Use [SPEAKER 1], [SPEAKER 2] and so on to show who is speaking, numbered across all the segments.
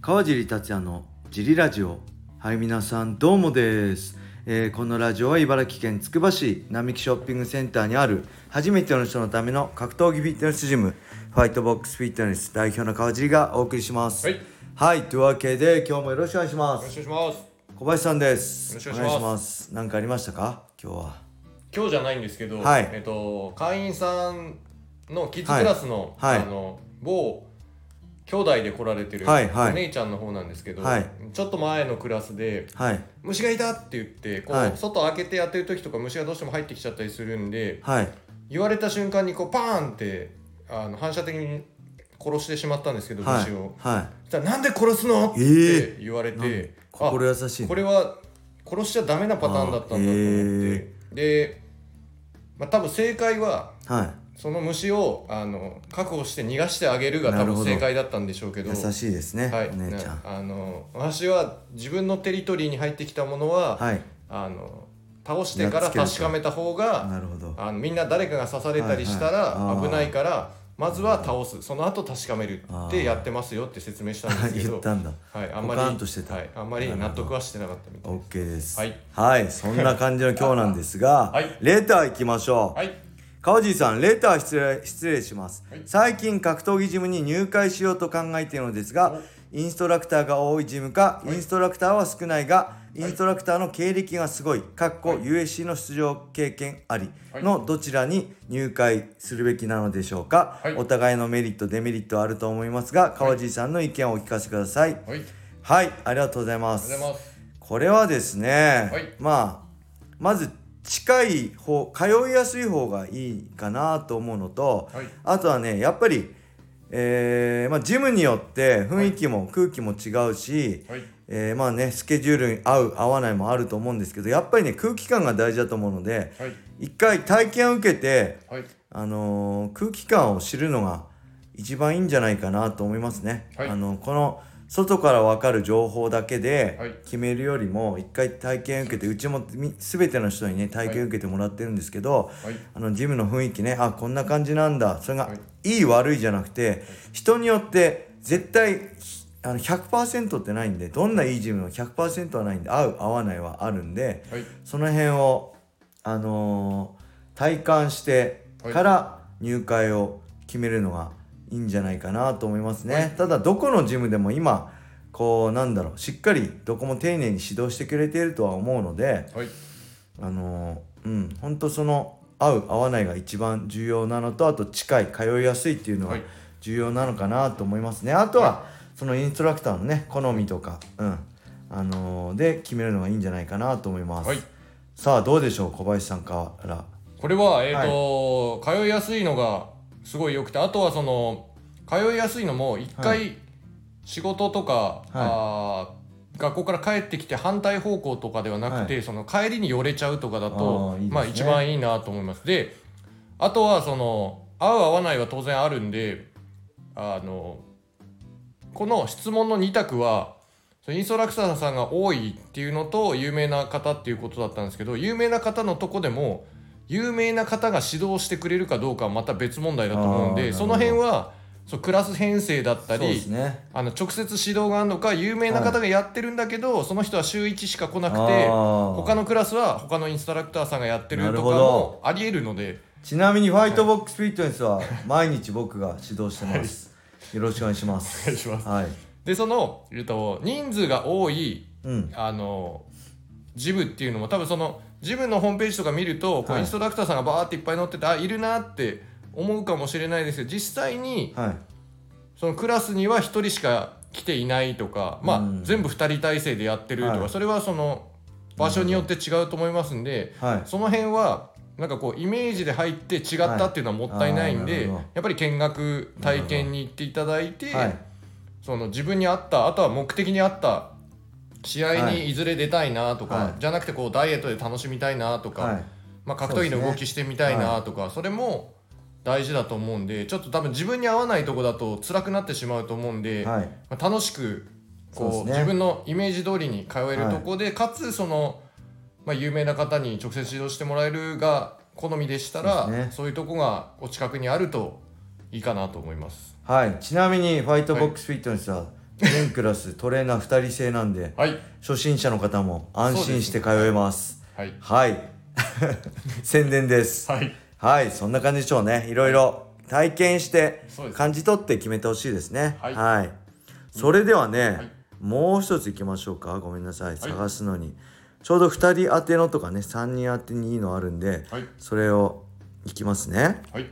[SPEAKER 1] 川尻達也のジリラジオはい皆さんどうもです、えーこのラジオは茨城県つくば市並木ショッピングセンターにある初めての人のための格闘技フィットネスジムファイトボックスフィットネス代表の川尻がお送りします
[SPEAKER 2] はい
[SPEAKER 1] はいというわけで今日もよろしくお願いしま
[SPEAKER 2] よろし
[SPEAKER 1] す
[SPEAKER 2] くお願いします
[SPEAKER 1] 小林さんです
[SPEAKER 2] よろしくお願いします
[SPEAKER 1] ます何かありましたか今日は
[SPEAKER 2] 今日じゃないんですけど、
[SPEAKER 1] はい
[SPEAKER 2] えっと会員さんのキッズクラスの、
[SPEAKER 1] はいはい
[SPEAKER 2] あの某兄弟で来られてる、
[SPEAKER 1] はいはい
[SPEAKER 2] お姉ちゃんの方なんですけど、
[SPEAKER 1] はい
[SPEAKER 2] ちょっと前のクラスで
[SPEAKER 1] はい
[SPEAKER 2] 虫がいたって言ってこう、
[SPEAKER 1] はい
[SPEAKER 2] 外開けてやってる時とか虫がどうしても入ってきちゃったりするんで
[SPEAKER 1] はい
[SPEAKER 2] 言われた瞬間にこうパーンってあの反射的に殺してしまったんですけど
[SPEAKER 1] はい
[SPEAKER 2] 虫を、
[SPEAKER 1] は
[SPEAKER 2] そしたらなんで殺すの?」っ
[SPEAKER 1] え
[SPEAKER 2] て言われ
[SPEAKER 1] い
[SPEAKER 2] て、
[SPEAKER 1] なんか
[SPEAKER 2] あ
[SPEAKER 1] 心優しいね
[SPEAKER 2] これは殺しちゃダメなパターンだったんだと思って、
[SPEAKER 1] あー
[SPEAKER 2] で、まあ、多分正解は
[SPEAKER 1] は
[SPEAKER 2] その虫をあの確保して逃がしてあげるが多
[SPEAKER 1] なるほ
[SPEAKER 2] 分
[SPEAKER 1] ど
[SPEAKER 2] 正解だったんでしょうけ
[SPEAKER 1] い
[SPEAKER 2] ど
[SPEAKER 1] 優しいですね、
[SPEAKER 2] はい
[SPEAKER 1] お姉ちゃん
[SPEAKER 2] ねあの私は自分のテリトリーに入ってきたものは、
[SPEAKER 1] はい
[SPEAKER 2] あの倒してか
[SPEAKER 1] や
[SPEAKER 2] ら
[SPEAKER 1] っつけると
[SPEAKER 2] 確かめた方が
[SPEAKER 1] なるほど
[SPEAKER 2] あのみんな誰かが刺されたりした
[SPEAKER 1] はいはいあ
[SPEAKER 2] ら
[SPEAKER 1] ー
[SPEAKER 2] 危ないから、まずは倒すその後確かめるってやってますよって説明したんですけ
[SPEAKER 1] 言
[SPEAKER 2] ど
[SPEAKER 1] ったんだ
[SPEAKER 2] はい、あんまり
[SPEAKER 1] ポカンとしてた
[SPEAKER 2] はい、あんまり納得はしてなかったみたいです
[SPEAKER 1] OK です
[SPEAKER 2] はい、
[SPEAKER 1] そんな感じの今日なんですが、
[SPEAKER 2] はい
[SPEAKER 1] レター行きましょう、
[SPEAKER 2] はい
[SPEAKER 1] 川尻さんレター失礼失礼します、
[SPEAKER 2] はい
[SPEAKER 1] 最近格闘技ジムに入会しようと考えているのですがインストラクターが多いジムか、インストラクターは少ないがインストラクターの経歴がすごい、かっこ USC の出場経験あり
[SPEAKER 2] はい
[SPEAKER 1] のどちらに入会するべきなのでしょうか、
[SPEAKER 2] はい
[SPEAKER 1] お互いのメリットデメリットはあると思いますが川尻さんの意見をお聞かせください
[SPEAKER 2] はいありが
[SPEAKER 1] はい、ありがとうございま
[SPEAKER 2] とう
[SPEAKER 1] す
[SPEAKER 2] ございます
[SPEAKER 1] これはですね、
[SPEAKER 2] はい
[SPEAKER 1] まあまず近い方通いやすい方がいいかなと思うのと、
[SPEAKER 2] はい
[SPEAKER 1] あとはねやっぱり、えーまあ、ジムによって雰囲気も空気も違うし、
[SPEAKER 2] はい
[SPEAKER 1] えーまあねスケジュールに合う合わないもあると思うんですけどやっぱりね空気感が大事だと思うので
[SPEAKER 2] はい
[SPEAKER 1] 一回体験を受けて、
[SPEAKER 2] はい
[SPEAKER 1] あのー空気感を知るのが一番いいんじゃないかなと思いますね。
[SPEAKER 2] はい
[SPEAKER 1] あのこの外から分かる情報だけ
[SPEAKER 2] はい
[SPEAKER 1] で決めるよりも一回体験受けてうちもみ全ての人にね体験受けてもらってるんですけど、
[SPEAKER 2] はい
[SPEAKER 1] あのジムの雰囲気ねあこんな感じなんだそれが
[SPEAKER 2] はい
[SPEAKER 1] いい悪いじゃなくて人によって絶対あの100%ってないんでどんないいジムも100%はないんで合う合わないはあるんで、
[SPEAKER 2] はい
[SPEAKER 1] その辺を、あのー体感して
[SPEAKER 2] はい
[SPEAKER 1] から入会を決めるのがいいんじゃないかなと思いますね、
[SPEAKER 2] はい
[SPEAKER 1] ただどこのジムでも今こうなんだろうしっかりどこも丁寧に指導してくれているとは思うので
[SPEAKER 2] はい
[SPEAKER 1] あのーうんほんとその合う合わないが一番重要なのとあと近い通いやすいっていうのは
[SPEAKER 2] はい
[SPEAKER 1] 重要なのかなと思いますねあとはそのインストラクターのね好みとかうんあのーで決めるのがいいんじゃないかなと思います、
[SPEAKER 2] はい
[SPEAKER 1] さあどうでしょう小林さんから
[SPEAKER 2] これはえっ、と、通いやすいのがすごい良くてあとはその通いやすいのも一
[SPEAKER 1] は
[SPEAKER 2] 回仕事とか、あー学校から帰ってきて反対方向とかではなくて、その帰りに寄れちゃうとかだ
[SPEAKER 1] あー
[SPEAKER 2] と
[SPEAKER 1] いいですね
[SPEAKER 2] まあ一番いいなと思いますであとはその合う合わないは当然あるんであのこの質問の2択はそのインストラクターさんが多いっていうのと有名な方っていうことだったんですけど有名な方のとこでも有名な方が指導してくれるかどうかはまた別問題だと思うん
[SPEAKER 1] あーなる
[SPEAKER 2] で
[SPEAKER 1] ほ
[SPEAKER 2] そ
[SPEAKER 1] ど
[SPEAKER 2] の辺はそうクラス編成だった
[SPEAKER 1] そうで
[SPEAKER 2] り
[SPEAKER 1] すね
[SPEAKER 2] あの直接指導があるのか有名な方がやってるんだけど、その人は週1しか来なくて他
[SPEAKER 1] 他
[SPEAKER 2] のクラスは他のインストラクターさんがやってる
[SPEAKER 1] な
[SPEAKER 2] と
[SPEAKER 1] る
[SPEAKER 2] か
[SPEAKER 1] ほど
[SPEAKER 2] もありえるので
[SPEAKER 1] ちなみにファイトボックスフィットネスは毎日僕が指導してます、よろしくお願いします
[SPEAKER 2] お願いします
[SPEAKER 1] はい
[SPEAKER 2] でその、えっと、人数が多い
[SPEAKER 1] うん
[SPEAKER 2] あのジムっていうのも多分そのジムのホームページとか見るとこ
[SPEAKER 1] はい
[SPEAKER 2] うインストラクターさんがバーっていっぱい載ってて、あいるなって思うかもしれないですけど実際に
[SPEAKER 1] はい
[SPEAKER 2] そのクラスには1人しか来ていないとか、まあ
[SPEAKER 1] うん
[SPEAKER 2] 全部2人体制でやってるとか、
[SPEAKER 1] はい
[SPEAKER 2] それはその場所によって違うと思いますんで
[SPEAKER 1] はい
[SPEAKER 2] その辺はなんかこうイメージで入って違ったっていうのはもったいない
[SPEAKER 1] はいあー
[SPEAKER 2] ん
[SPEAKER 1] な
[SPEAKER 2] で、
[SPEAKER 1] るほど
[SPEAKER 2] やっぱり見学体験に行っていただいて。
[SPEAKER 1] はい
[SPEAKER 2] その自分に合ったあとは目的に合った試合
[SPEAKER 1] は
[SPEAKER 2] に
[SPEAKER 1] い
[SPEAKER 2] いずれ出たいなとか、
[SPEAKER 1] はい
[SPEAKER 2] じゃなくてこうダイエットで楽しみたいなとか、
[SPEAKER 1] はい
[SPEAKER 2] まあ、格闘技の動きしてみたいなとかそ,、れも大事だと思うんでちょっと多分自分に合わないとこだと辛くなってしまうと思うんで、
[SPEAKER 1] はい
[SPEAKER 2] まあ、楽しくこう
[SPEAKER 1] そうですね
[SPEAKER 2] 自分のイメージ通りに通えるとこで、かつその、まあ、有名な方に直接指導してもらえるが好みでした
[SPEAKER 1] そ
[SPEAKER 2] らそうう,、
[SPEAKER 1] ですね
[SPEAKER 2] いうとこがお近くにあるといいかなと思います。
[SPEAKER 1] はい、ちなみにファイトボックスフィットネスは全クラストレーナー2人制なんで
[SPEAKER 2] はい
[SPEAKER 1] 初心者の方も安心して通えます
[SPEAKER 2] はい
[SPEAKER 1] はい 宣伝です
[SPEAKER 2] はい
[SPEAKER 1] はいそんな感じでしょうねいろいろ体験して
[SPEAKER 2] そうです
[SPEAKER 1] 感じ取って決めてほしいですねは、
[SPEAKER 2] はいい
[SPEAKER 1] それではね、
[SPEAKER 2] い
[SPEAKER 1] もう一ついきましょうかごめんなさい探すのに、ちょうど2人宛てのとかね3人宛てにいいのあるんで、
[SPEAKER 2] はい
[SPEAKER 1] それをいきますね
[SPEAKER 2] はい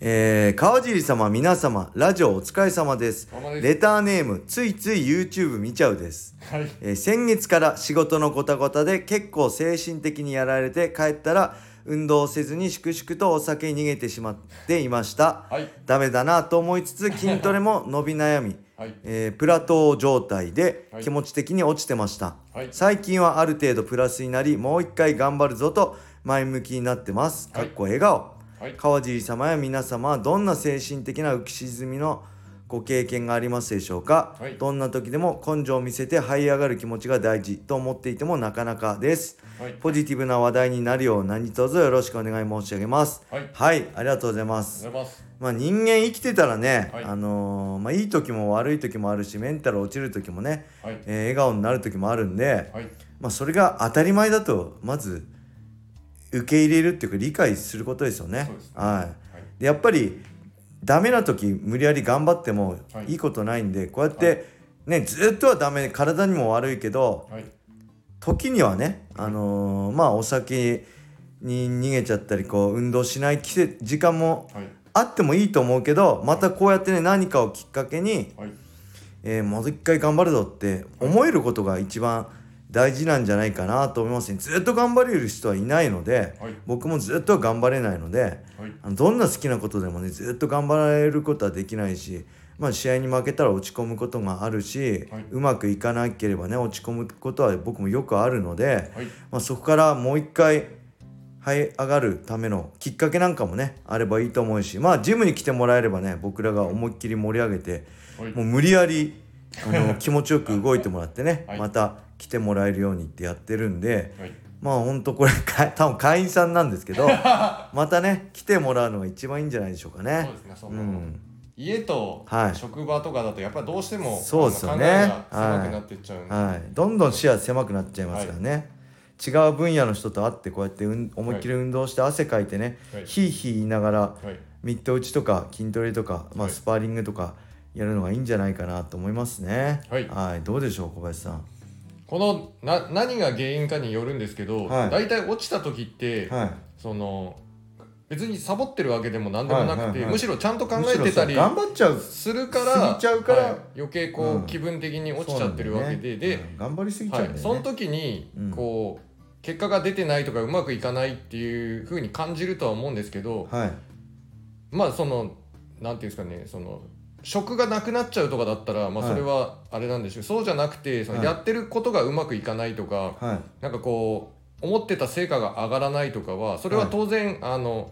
[SPEAKER 1] えー、川尻様皆様ラジオお疲れ様です
[SPEAKER 2] お疲れ様です
[SPEAKER 1] レターネームついつい YouTube 見ちゃうです
[SPEAKER 2] はい
[SPEAKER 1] えー先月から仕事のごたごたで結構精神的にやられて帰ったら運動せずに粛々とお酒に逃げてしまっていました、
[SPEAKER 2] はい
[SPEAKER 1] ダメだなと思いつ つ筋トレも伸び悩み、
[SPEAKER 2] はい
[SPEAKER 1] えープラトー状態で
[SPEAKER 2] はい
[SPEAKER 1] 気持ち的に落ちてました、
[SPEAKER 2] はい
[SPEAKER 1] 最近はある程度プラスになりもう一回頑張るぞと前向きになってますか
[SPEAKER 2] は
[SPEAKER 1] っ
[SPEAKER 2] い
[SPEAKER 1] こ笑顔、
[SPEAKER 2] はい
[SPEAKER 1] 川尻様や皆様はどんな精神的な浮き沈みのご経験がありますでしょうか、
[SPEAKER 2] はい
[SPEAKER 1] どんな時でも根性を見せて這い上がる気持ちが大事と思っていてもなかなかです、
[SPEAKER 2] はい
[SPEAKER 1] ポジティブな話題になるよう何卒よろしくお願い申し上げます
[SPEAKER 2] はい
[SPEAKER 1] ありがとうございま
[SPEAKER 2] あ
[SPEAKER 1] す
[SPEAKER 2] りがとうございます
[SPEAKER 1] まあ、人間生きてたらね、
[SPEAKER 2] はい
[SPEAKER 1] あのーまあ、いい時も悪い時もあるしメンタル落ちる時もね、
[SPEAKER 2] はい
[SPEAKER 1] えー笑顔になる時もあるんで、
[SPEAKER 2] はい
[SPEAKER 1] まあ、それが当たり前だとまず受け入れるっていうか理解することですよね。
[SPEAKER 2] そうですね
[SPEAKER 1] はい
[SPEAKER 2] はい
[SPEAKER 1] でやっぱりダメな時無理やり頑張っても
[SPEAKER 2] はい
[SPEAKER 1] いいことないんで、こうやって、ね、ずっとはダメ体にも悪いけど、
[SPEAKER 2] はい
[SPEAKER 1] 時にはね、あのーまあお酒に逃げちゃったりこう運動しない季節時間も
[SPEAKER 2] はい
[SPEAKER 1] あってもいいと思うけどまたこうやってね何かをきっかけに、
[SPEAKER 2] はい
[SPEAKER 1] えーもう一回頑張るぞって思えることが一番大事なんじゃないかなと思いますねずっと頑張れる人はいないので、
[SPEAKER 2] はい
[SPEAKER 1] 僕もずっとは頑張れないので
[SPEAKER 2] はい
[SPEAKER 1] あのどんな好きなことでもねずっと頑張れることはできないし、まあ、試合に負けたら落ち込むことがあるし、
[SPEAKER 2] はいう
[SPEAKER 1] まくいかなければね落ち込むことは僕もよくあるので、
[SPEAKER 2] はい
[SPEAKER 1] まあ、そこからもう一回這い上がるためのきっかけなんかもねあればいいと思うしまあジムに来てもらえればね僕らが思いっきり盛り上げて
[SPEAKER 2] はい
[SPEAKER 1] もう無理やりあの 気持ちよく動いてもらってね
[SPEAKER 2] はい
[SPEAKER 1] また来てもらえるようにってやってるんで
[SPEAKER 2] はい
[SPEAKER 1] まあほんとこれか 多分会員さんなんですけ どまたね来てもらうのが一番いいんじゃないでしょうかね
[SPEAKER 2] そう。ですねそうの、
[SPEAKER 1] ん
[SPEAKER 2] 家と
[SPEAKER 1] はい
[SPEAKER 2] 職場とかだとやっぱりどうしても、
[SPEAKER 1] そうですよね
[SPEAKER 2] あの考えが狭くなっていっちゃうんで、
[SPEAKER 1] はい、どんどん視野狭くなっちゃいますからね、違う分野の人と会ってこうやってうん思いっきり運動して汗かいてね、
[SPEAKER 2] はい
[SPEAKER 1] ひいひい言いながら
[SPEAKER 2] はい
[SPEAKER 1] ミット打ちとか筋トレとか、まあ、
[SPEAKER 2] はい
[SPEAKER 1] スパーリングとかやるのがいいんじゃないかなと思いますね
[SPEAKER 2] はい
[SPEAKER 1] どうでしょう小林さん
[SPEAKER 2] このな何が原因かによるんですけど、
[SPEAKER 1] はい
[SPEAKER 2] 大体落ちた時って、
[SPEAKER 1] はい
[SPEAKER 2] その別にサボってるわけでも何でもなくて、
[SPEAKER 1] はいはいはい
[SPEAKER 2] むしろちゃんと考えてたり
[SPEAKER 1] むしろさ頑張っちゃう
[SPEAKER 2] するから
[SPEAKER 1] 過ぎちゃうから
[SPEAKER 2] はい余計こう、
[SPEAKER 1] うん
[SPEAKER 2] 気分的に落ちちゃってるわけ
[SPEAKER 1] そう
[SPEAKER 2] で、
[SPEAKER 1] なんだ
[SPEAKER 2] で、
[SPEAKER 1] よねうん頑張りすぎちゃ
[SPEAKER 2] は
[SPEAKER 1] う
[SPEAKER 2] い
[SPEAKER 1] んだよね、
[SPEAKER 2] その時に
[SPEAKER 1] うん
[SPEAKER 2] こう、結果が出てないとかうまくいかないっていう風に感じるとは思うんですけど、
[SPEAKER 1] はい
[SPEAKER 2] まあそのなんていうんですかねその職がなくなっちゃうとかだったら、まあ、
[SPEAKER 1] はい
[SPEAKER 2] それはあれなんでしょう、そうじゃなくてそ
[SPEAKER 1] は
[SPEAKER 2] の
[SPEAKER 1] い
[SPEAKER 2] やってることがうまくいかないとか、
[SPEAKER 1] はい
[SPEAKER 2] なんかこう思ってた成果が上がらないとかはそれは当然、あの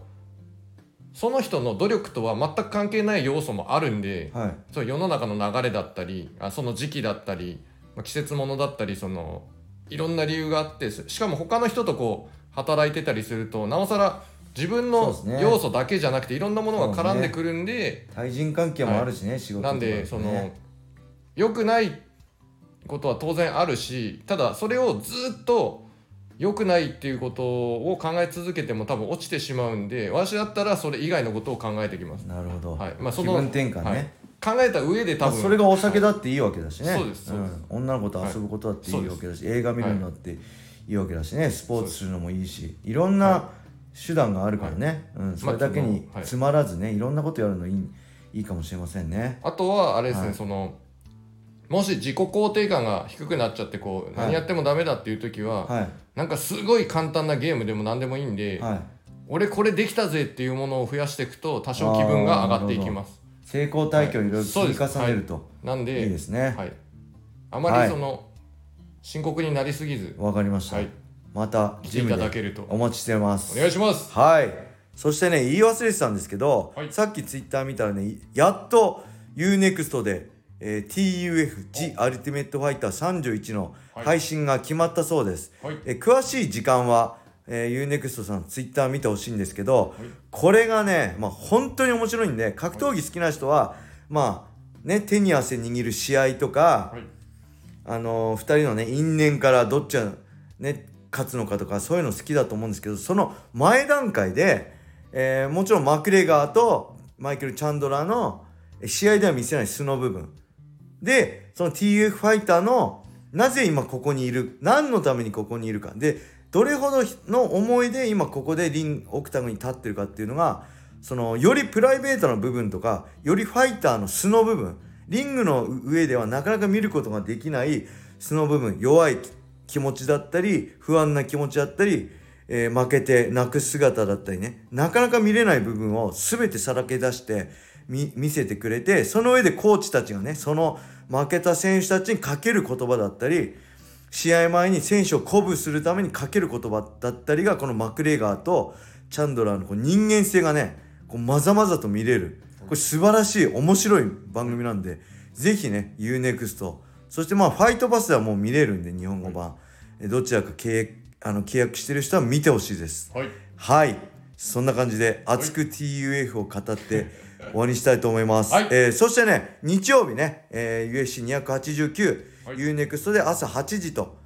[SPEAKER 2] その人の努力とは全く関係ない要素もあるんで、
[SPEAKER 1] はい
[SPEAKER 2] そう世の中の流れだったりあその時期だったり、まあ、季節ものだったりそのいろんな理由があってししかも他の人とこう働いてたりするとなおさら自分
[SPEAKER 1] そう
[SPEAKER 2] の
[SPEAKER 1] ですね
[SPEAKER 2] 要素だけじゃなくていろんなものが絡んでくるんで、
[SPEAKER 1] 対人関係もあるしね、仕事と
[SPEAKER 2] な
[SPEAKER 1] か
[SPEAKER 2] ん
[SPEAKER 1] もね、
[SPEAKER 2] でその良くないことは当然あるしただそれをずっと良くないっていうことを考え続けても多分落ちてしまうんで私だったらそれ以外のことを考えてきます
[SPEAKER 1] なるほど、
[SPEAKER 2] はいまあそ
[SPEAKER 1] 気
[SPEAKER 2] の
[SPEAKER 1] 分転換ね、
[SPEAKER 2] はい考えた上で多
[SPEAKER 1] まあ、
[SPEAKER 2] 分、
[SPEAKER 1] それがお酒だっていいわけだしね、
[SPEAKER 2] はいそうですそうです
[SPEAKER 1] ん女の子と遊ぶことだっていいわけだし、映画見るのっていいわけだしねスポーツするのもいいしいろんな手段があるからね、うん、それだけに
[SPEAKER 2] はい
[SPEAKER 1] つまらずねいろんなことやるのいいいいかもしれませんね。
[SPEAKER 2] あとはあれですね、
[SPEAKER 1] はい
[SPEAKER 2] そのもし自己肯定感が低くなっちゃってこう
[SPEAKER 1] はい
[SPEAKER 2] 何やってもダメだっていう時は、
[SPEAKER 1] は
[SPEAKER 2] なんかすごい簡単なゲームでも何でもいいん
[SPEAKER 1] い、
[SPEAKER 2] で、
[SPEAKER 1] はい、
[SPEAKER 2] 俺これできたぜっていうものを増やしていくと多少気分が上がっていきます
[SPEAKER 1] 成功体験をいろいろ積み重ねると、
[SPEAKER 2] なん
[SPEAKER 1] い、
[SPEAKER 2] で
[SPEAKER 1] いですね。
[SPEAKER 2] はい、あま
[SPEAKER 1] はい
[SPEAKER 2] りその、深刻になりすぎず
[SPEAKER 1] わ、かりました、
[SPEAKER 2] はい
[SPEAKER 1] また
[SPEAKER 2] 来て
[SPEAKER 1] ジ
[SPEAKER 2] い
[SPEAKER 1] ム
[SPEAKER 2] ただ
[SPEAKER 1] で
[SPEAKER 2] けると
[SPEAKER 1] お待ちしてま
[SPEAKER 2] お
[SPEAKER 1] す。
[SPEAKER 2] 願いします
[SPEAKER 1] はい。そしてね、言い忘れてたんですけど、
[SPEAKER 2] はい
[SPEAKER 1] さっきツイッター見たらね、いやっと UNEXT で、えー TUF G アルティメットファイター31の
[SPEAKER 2] はい
[SPEAKER 1] 配信が決まったそうです。
[SPEAKER 2] はい
[SPEAKER 1] えー詳しい時間は、えー、UNEXT さんツイッター見てほしいんですけど、
[SPEAKER 2] い
[SPEAKER 1] これがね、まあ、本当に面白いんで、格闘技好きな人は、まあ、ね、手に汗握る試合とか、
[SPEAKER 2] はい
[SPEAKER 1] あの2人のね因縁からどっちが、ね、勝つのかとかそういうの好きだと思うんですけどその前段階で、えーもちろんマクレガーとマイケル・チャンドラーのえ試合では見せない素の部分でその TF ファイターのなぜ今ここにいる何のためにここにいるかでどれほどの思いで今ここでリンオクタゴンに立ってるかっていうのがそのよりプライベートな部分とかよりファイターの素の部分リングの上ではなかなか見ることができない素の部分弱い気持ちだったり不安な気持ちだったり、えー負けて泣く姿だったりねなかなか見れない部分を全てさらけ出して見見せてくれてその上でコーチたちがねその負けた選手たちにかける言葉だったり試合前に選手を鼓舞するためにかける言葉だったりがこのマクレガーとチャンドラーのこう人間性がねこうまざまざと見れるこれ素晴らしい面白い番組なんでぜひね UNEXT そしてまあファイトパスではもう見れるんで日本語版えどちらか契約あの契約してる人は見てほしいです
[SPEAKER 2] はい
[SPEAKER 1] はいそんな感じで熱く TUF を語 って終わりにしたいと思います、
[SPEAKER 2] はい
[SPEAKER 1] えーそしてね日曜日ね、えー、UFC289、
[SPEAKER 2] はい
[SPEAKER 1] UNEXT で朝8時と、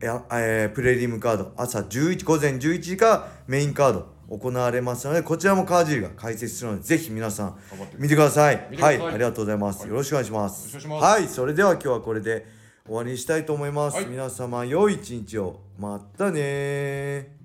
[SPEAKER 1] えーえープレリムカード朝11午前11時からメインカード行われますのでこちらも川尻が解説するのでぜひ皆さん
[SPEAKER 2] 頑張って
[SPEAKER 1] 見てください
[SPEAKER 2] 見てくだ
[SPEAKER 1] は
[SPEAKER 2] さい
[SPEAKER 1] いありがとうございます、よろしくお願いします
[SPEAKER 2] よろしくお願いしま
[SPEAKER 1] はいそれでは今日はこれで終わりにしたいと思います、
[SPEAKER 2] はい
[SPEAKER 1] 皆様良い一日をまたねー